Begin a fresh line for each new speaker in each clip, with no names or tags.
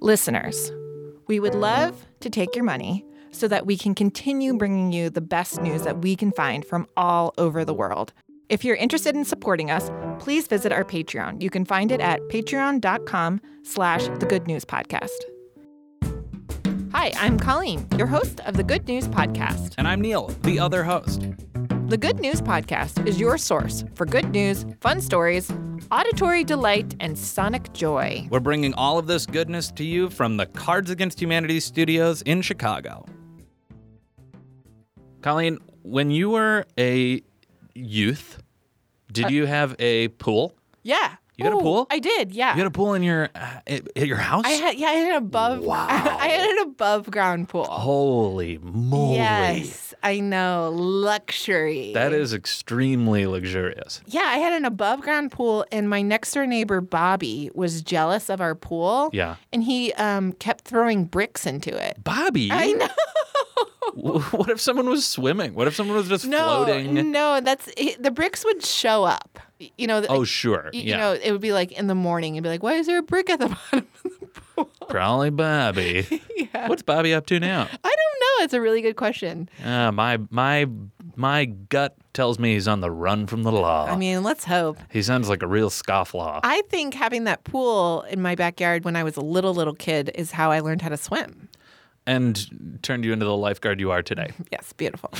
Listeners, we would love to take your money so that we can continue bringing you the best news that we can find from all over the world. If you're interested in supporting us, please visit our Patreon. You can find it at patreon.com slash the Good News Podcast. Hi, I'm Colleen, your host of the Good News Podcast.
And I'm Neil, the other host.
The Good News Podcast is your source for good news, fun stories, auditory delight, and sonic joy.
We're bringing all of this goodness to you from the Cards Against Humanity studios in Chicago. Colleen, when you were a youth,
Uh,
did you have a pool?
Yeah.
You had a
Ooh,
pool?
I did, yeah.
You had a pool in your uh, at at your house?
I had yeah, I had an above
Wow.
I had an above ground pool.
Holy moly.
Yes, I know. Luxury.
That is extremely luxurious.
Yeah, I had an above ground pool, and my next door neighbor, Bobby, was jealous of our pool.
Yeah.
And he um, kept throwing bricks into it.
Bobby,
I know.
w- what if someone was swimming? What if someone was just
No,
floating?
no, that's it, the bricks would show up. You know,
Oh, sure.
you,
yeah.
know, it would be like in the morning, and be like, why is there a brick at the bottom?
Probably Bobby.
yeah.
What's Bobby up to now?
I don't know. It's a really good question.
Uh, my my my gut tells me he's on the run from the law.
I mean, let's hope.
he sounds like a real scofflaw.
I think having that pool in my backyard when I was a little, little kid is how I learned how to swim.
and turned you into the lifeguard you are today.
Yes, beautiful.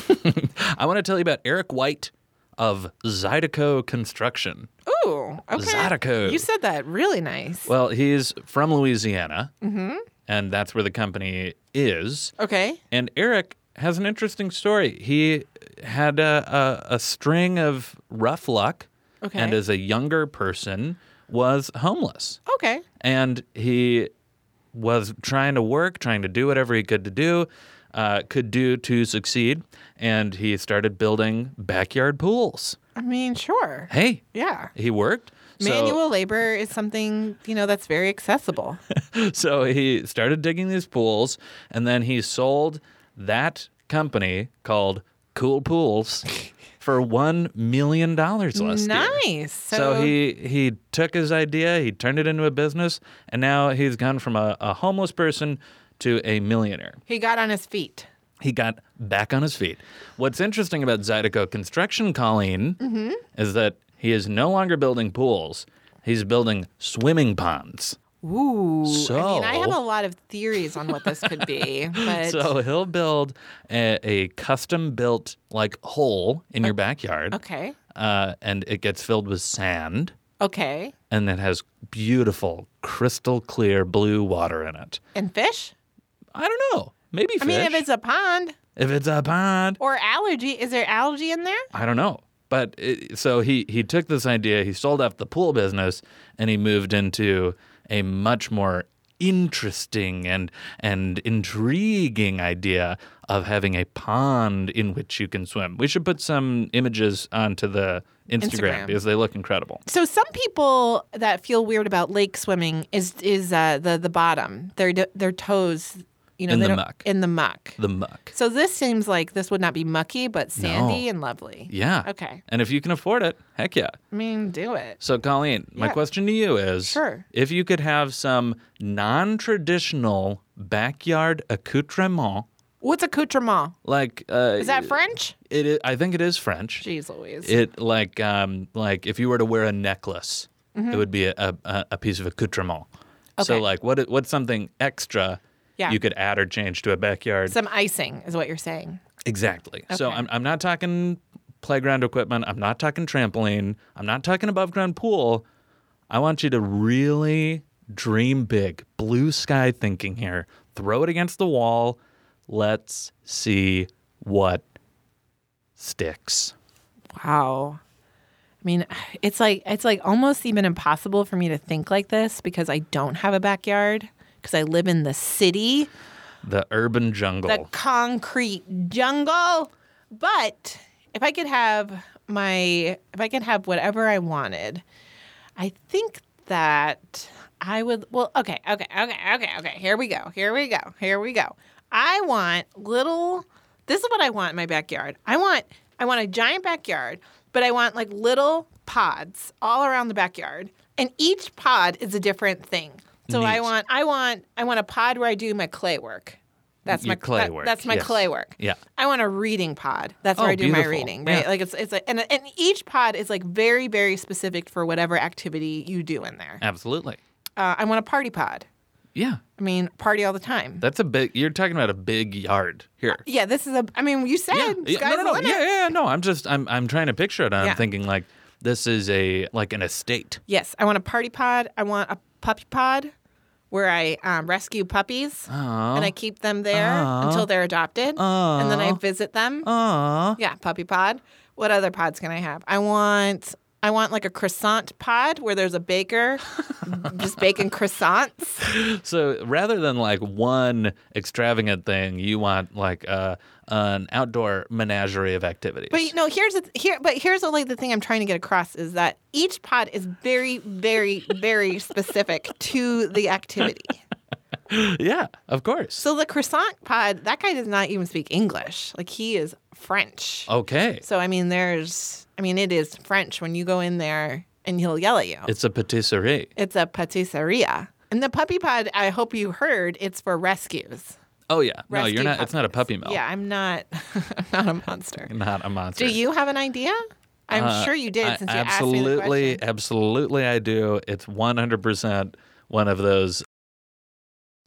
I want to tell you about Eric White of Zydeco Construction.
Ooh, okay.
Zydeco.
You said that really nice.
Well, he's from Louisiana,
Mm-hmm.
and that's where the company is.
okay.
And Eric has an interesting story. He had a, a, a string of rough luck,
Okay.
and as a younger person, was homeless.
Okay.
and he was trying to work, trying to do whatever he could to do, uh, could do to succeed, and he started building backyard pools.
I mean, sure.
Hey,
Yeah.
he worked. So-
Manual labor is something, you know, that's very accessible.
so he started digging these pools, and then he sold that company called Cool Pools for one million dollars last year.
nice. So,
So, he he took his idea, he turned it into a business, and now he's gone from a, a homeless person to a millionaire.
he got on his feet.
He got back on his feet. What's interesting about Zydeco Construction, Colleen,
Mm-hmm.
is that he is no longer building pools. He's building swimming ponds.
Ooh. I mean, I have a
So-
lot of theories on what this could be, but
So he'll build a, a custom built like hole in your backyard,
okay.
uh, and it gets filled with sand,
Okay.
and it has beautiful, crystal clear blue water in it.
And fish?
I don't know. Maybe fish.
I mean, if it's a pond
if it's a pond,
or algae, is there algae in there?
I don't know. But it, so he he took this idea, he sold off the pool business, and he moved into a much more interesting and and intriguing idea of having a pond in which you can swim. We should put some images onto the Instagram,
Instagram.
because they look incredible.
So some people that feel weird about lake swimming is is uh, the the bottom. Their their toes, you know,
In
they
the
don't-
muck.
In the muck.
The muck.
So this seems like this would not be mucky, but sandy
No.
and lovely.
Yeah.
Okay.
And if you can afford it, heck yeah.
I mean, do it.
So, Colleen, my
Yeah.
question to you is
Sure.
if you could have some non traditional backyard accoutrement,
What's accoutrement?
like. Uh,
Is that French?
It, i I think it is French.
Jeez Louise.
It like um like if you were to wear a necklace, it would be a, a, a piece of accoutrement. So
Mm-hmm. Okay.
like what what's something extra
Yeah.
you could add or change to a backyard?
Some icing is what you're saying.
exactly. So
Okay.
I'm I'm not talking playground equipment. I'm not talking trampoline. I'm not talking above ground pool. I want you to really dream big, blue sky thinking here. Throw it against the wall. Let's see what sticks.
Wow. I mean, it's like it's like almost even impossible for me to think like this because I don't have a backyard because I live in the city.
The urban jungle.
the concrete jungle. But if I could have my if I could have whatever I wanted, I think that I would well okay, okay, okay, okay, okay. Here we go. Here we go. Here we go. I want little this is what I want in my backyard. I want I want a giant backyard, but I want like little pods all around the backyard, and each pod is a different thing. So I
Neat.
want, I want, I want a pod where I do my clay work. That's
Your
my
clay
that-
work,
That's my
yes.
clay work.
Yeah.
I want a reading pod. That's where
Oh,
I do my
beautiful.
reading, right?
Yeah.
Like it's it's like, and and each pod is like very very specific for whatever activity you do in there.
Absolutely.
Uh, I want a party pod.
Yeah.
I mean, party all the time.
That's a big, you're talking about a big yard here.
yeah, this is a. I mean, you said
Yeah,
sky's
no, no,
the
no.
limit.
Yeah, yeah, yeah, no. I'm just, I'm, I'm trying to picture it. And
Yeah.
I'm thinking like, this is a like an estate.
Yes, I want a party pod. I want a puppy pod where I um, rescue puppies
Aw.
and I keep them there until they're adopted, and then I visit them.
Aw.
Yeah, puppy pod. What other pods can I have? I want I want like a croissant pod where there's a baker just baking croissants.
So rather than like one extravagant thing, you want like uh, an outdoor menagerie of activities.
But you know, here's the, here but here's the, like the thing I'm trying to get across is that each pod is very very very specific to the activity.
yeah, of course.
So the croissant pod, that guy does not even speak English. Like he is French.
okay.
So I mean, there's, I mean, it is French when you go in there and he'll yell at you. It's,
It's a patisserie.
a patisserie. And the puppy pod, I hope you heard, it's for rescues.
Oh yeah. No,
Rescue
you're not. It's not a puppy
puppies.
mill.
Yeah, I'm not, I'm not a monster.
Not a monster. Uh,
Do you have an idea? I'm sure you did
I-
since you
absolutely,
asked me the question.
absolutely, I do. It's 100% one of those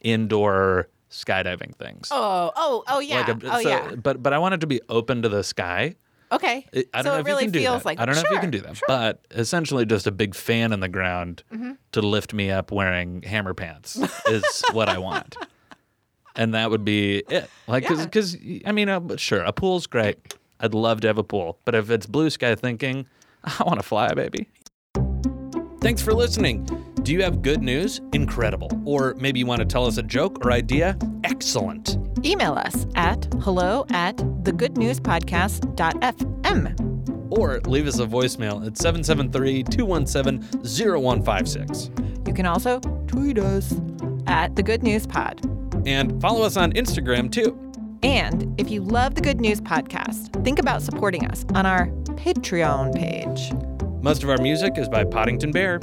indoor skydiving things.
Oh, oh, oh yeah,
Like a,
oh
so,
yeah.
But but I want it to be open to the sky.
Okay.
It- I
so
don't know
it
if
really
you can do
feels
that.
like
I don't know if you
sure,
can do that.
sure. Mm-hmm.
But essentially, just a big fan in the ground to lift me up wearing hammer pants is what I want. And that would be it. Like,
Yeah.
because I mean, uh, but sure, a pool's great. I'd love to have a pool, but if it's blue sky thinking, I want to fly, baby. Thanks for listening. Do you have good news? Incredible. Or maybe you want to tell us a joke or idea? Excellent.
Email us at hello at thegoodnewspodcast.fm.
Or leave us a voicemail at 773 217 0156.
You can also tweet us at the Good News Pod.
And follow us on Instagram too.
And if you love the Good News Podcast, think about supporting us on our Patreon page.
Most of our music is by Poddington Bear.